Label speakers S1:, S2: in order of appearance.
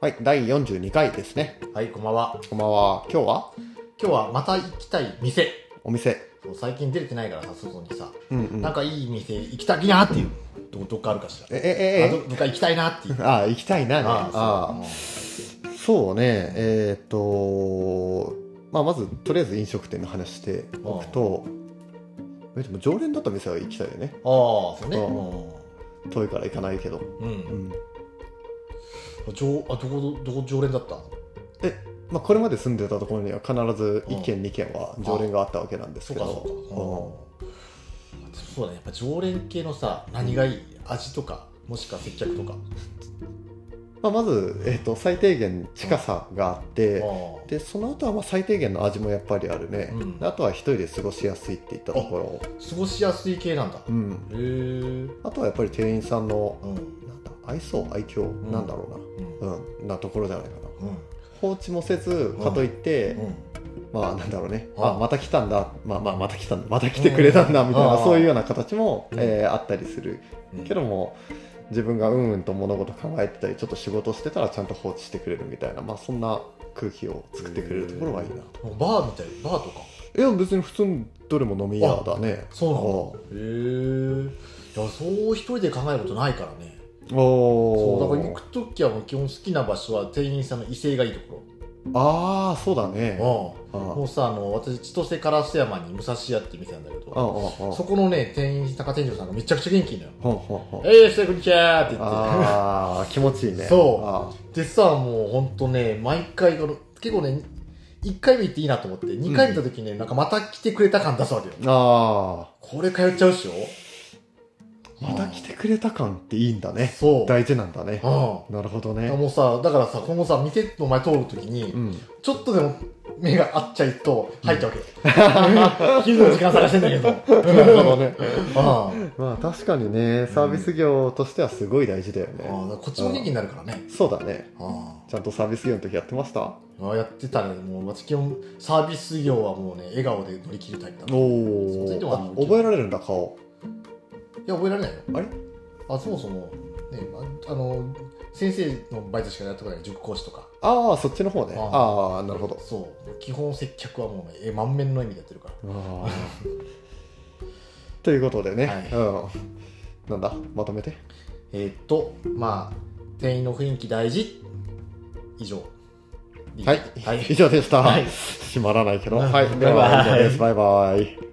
S1: はい、第42回ですね。
S2: はい、こんばんは。
S1: こんばんは。今日は
S2: 今日はまた行きたい店。
S1: お店。
S2: そう最近出れてないからさ、外にさ、
S1: うんうん。
S2: なん
S1: あ、
S2: かいい店行きたいなっていう。どどっかあるかしら。
S1: えええ
S2: あどどっか行きたいなっ ていう。
S1: あ行きたいな、ね。
S2: あ
S1: ああそうね。えーっ、と、まあ、まず、とりあえず飲食店の話しておくと、えでも常連だった店は行きたいよね。
S2: あー、そうね。
S1: 遠いから行かないけど。
S2: うん。
S1: う
S2: う。
S1: んん。
S2: 常あどこどこ常連だった。
S1: まあ、これまで住んでたところには必ず1軒2軒は常連があったわけなんです
S2: そう
S1: け
S2: か
S1: ど。
S2: そうか。うん。そうだね。やっぱ常連系のさ、何がいい味とか、もしくは接客とか。
S1: まあ、まず、えーっ、と、最低限近さがあって、
S2: あ
S1: でその後はまあ最低限の味もやっぱりあるね、
S2: うん
S1: あとは一人で過ごしやすいっていったところ、
S2: ー過ごしやすい系なんだ。
S1: う
S2: へ
S1: ん、
S2: え。うん。
S1: あとはやっぱり店員さんの
S2: うん。
S1: なんだ愛想愛嬌
S2: ん
S1: なんだろうな、うんなところじゃないかな
S2: うん。
S1: 放置もせずかといって、
S2: うん。
S1: まあなんだろうね、
S2: うん
S1: あまた来たんだ、まあ、まあまた来たんだまた来てくれたんだみたいな、
S2: うん
S1: そういうような形も、
S2: うん
S1: えーあったりする
S2: うん
S1: けども自分がうんうんと物事考えてたりちょっと仕事してたらちゃんと放置してくれるみたいな、まあ、そんな空気を作ってくれるところはいいな
S2: もうバーみたいバーとか
S1: いや別に普通にどれも飲み屋だね
S2: そうなんだへえいやそう一人で考えることないからね
S1: おお
S2: そうだから行く時はもう基本好きな場所は店員さんの威勢がいいとこ
S1: ああそうだね
S2: ろ、
S1: あ
S2: うん、もうさあの私千歳烏山に武蔵屋って店なんだけ
S1: ああ
S2: ど、
S1: あ
S2: そこのね店員高店長さんがめちゃくちゃ元気いいのよ
S1: ほんほんほん
S2: 「ええー、してくんちゃー」って言っ
S1: ああ気持ちいいね
S2: そう
S1: あ
S2: てでさもうほんとね毎回この結構ね1回目行っていいなと思って2回目行った時にね、なんかまた来てくれた感出すわけよ
S1: ーあ
S2: これ通っちゃうっしょ
S1: ーまた来てくれた感っていいんだね
S2: そう
S1: 大事なんだね
S2: うん
S1: なるほど
S2: あ
S1: ね
S2: もうさだからさ今後さ店の前通るときに、
S1: うん
S2: ちょっとでも目が合っちゃうと入っちゃうわけ、昼の時間探してんだけど
S1: なるほどね
S2: あ あ
S1: まあ確かにねサービス業としてはすごい大事だよね
S2: ああこっちも元気になるからね
S1: そうだね
S2: あ
S1: ちゃんとサービス業の時やってました
S2: ああやってたねもう私基本サービス業はもうね笑顔で乗り切るタイプだな
S1: お
S2: い
S1: お
S2: そうでもあの
S1: 覚えられるんだ顔
S2: や覚えられないよ
S1: あれ
S2: あそもそもねああの先生のバイトしかやったことない塾講師とか
S1: ああそっちの方ね
S2: あ
S1: ああなるほど
S2: そう基本接客はもうねえ満面の笑みでやってるから
S1: あーということでね、
S2: はい
S1: うん、なんだまとめて
S2: えーっと、まあ、店員の雰囲気大事。以上。
S1: はい、
S2: はい。
S1: 以上でした、
S2: はい
S1: 閉まらないけど、
S2: うん
S1: はい、では以上ですバイバイ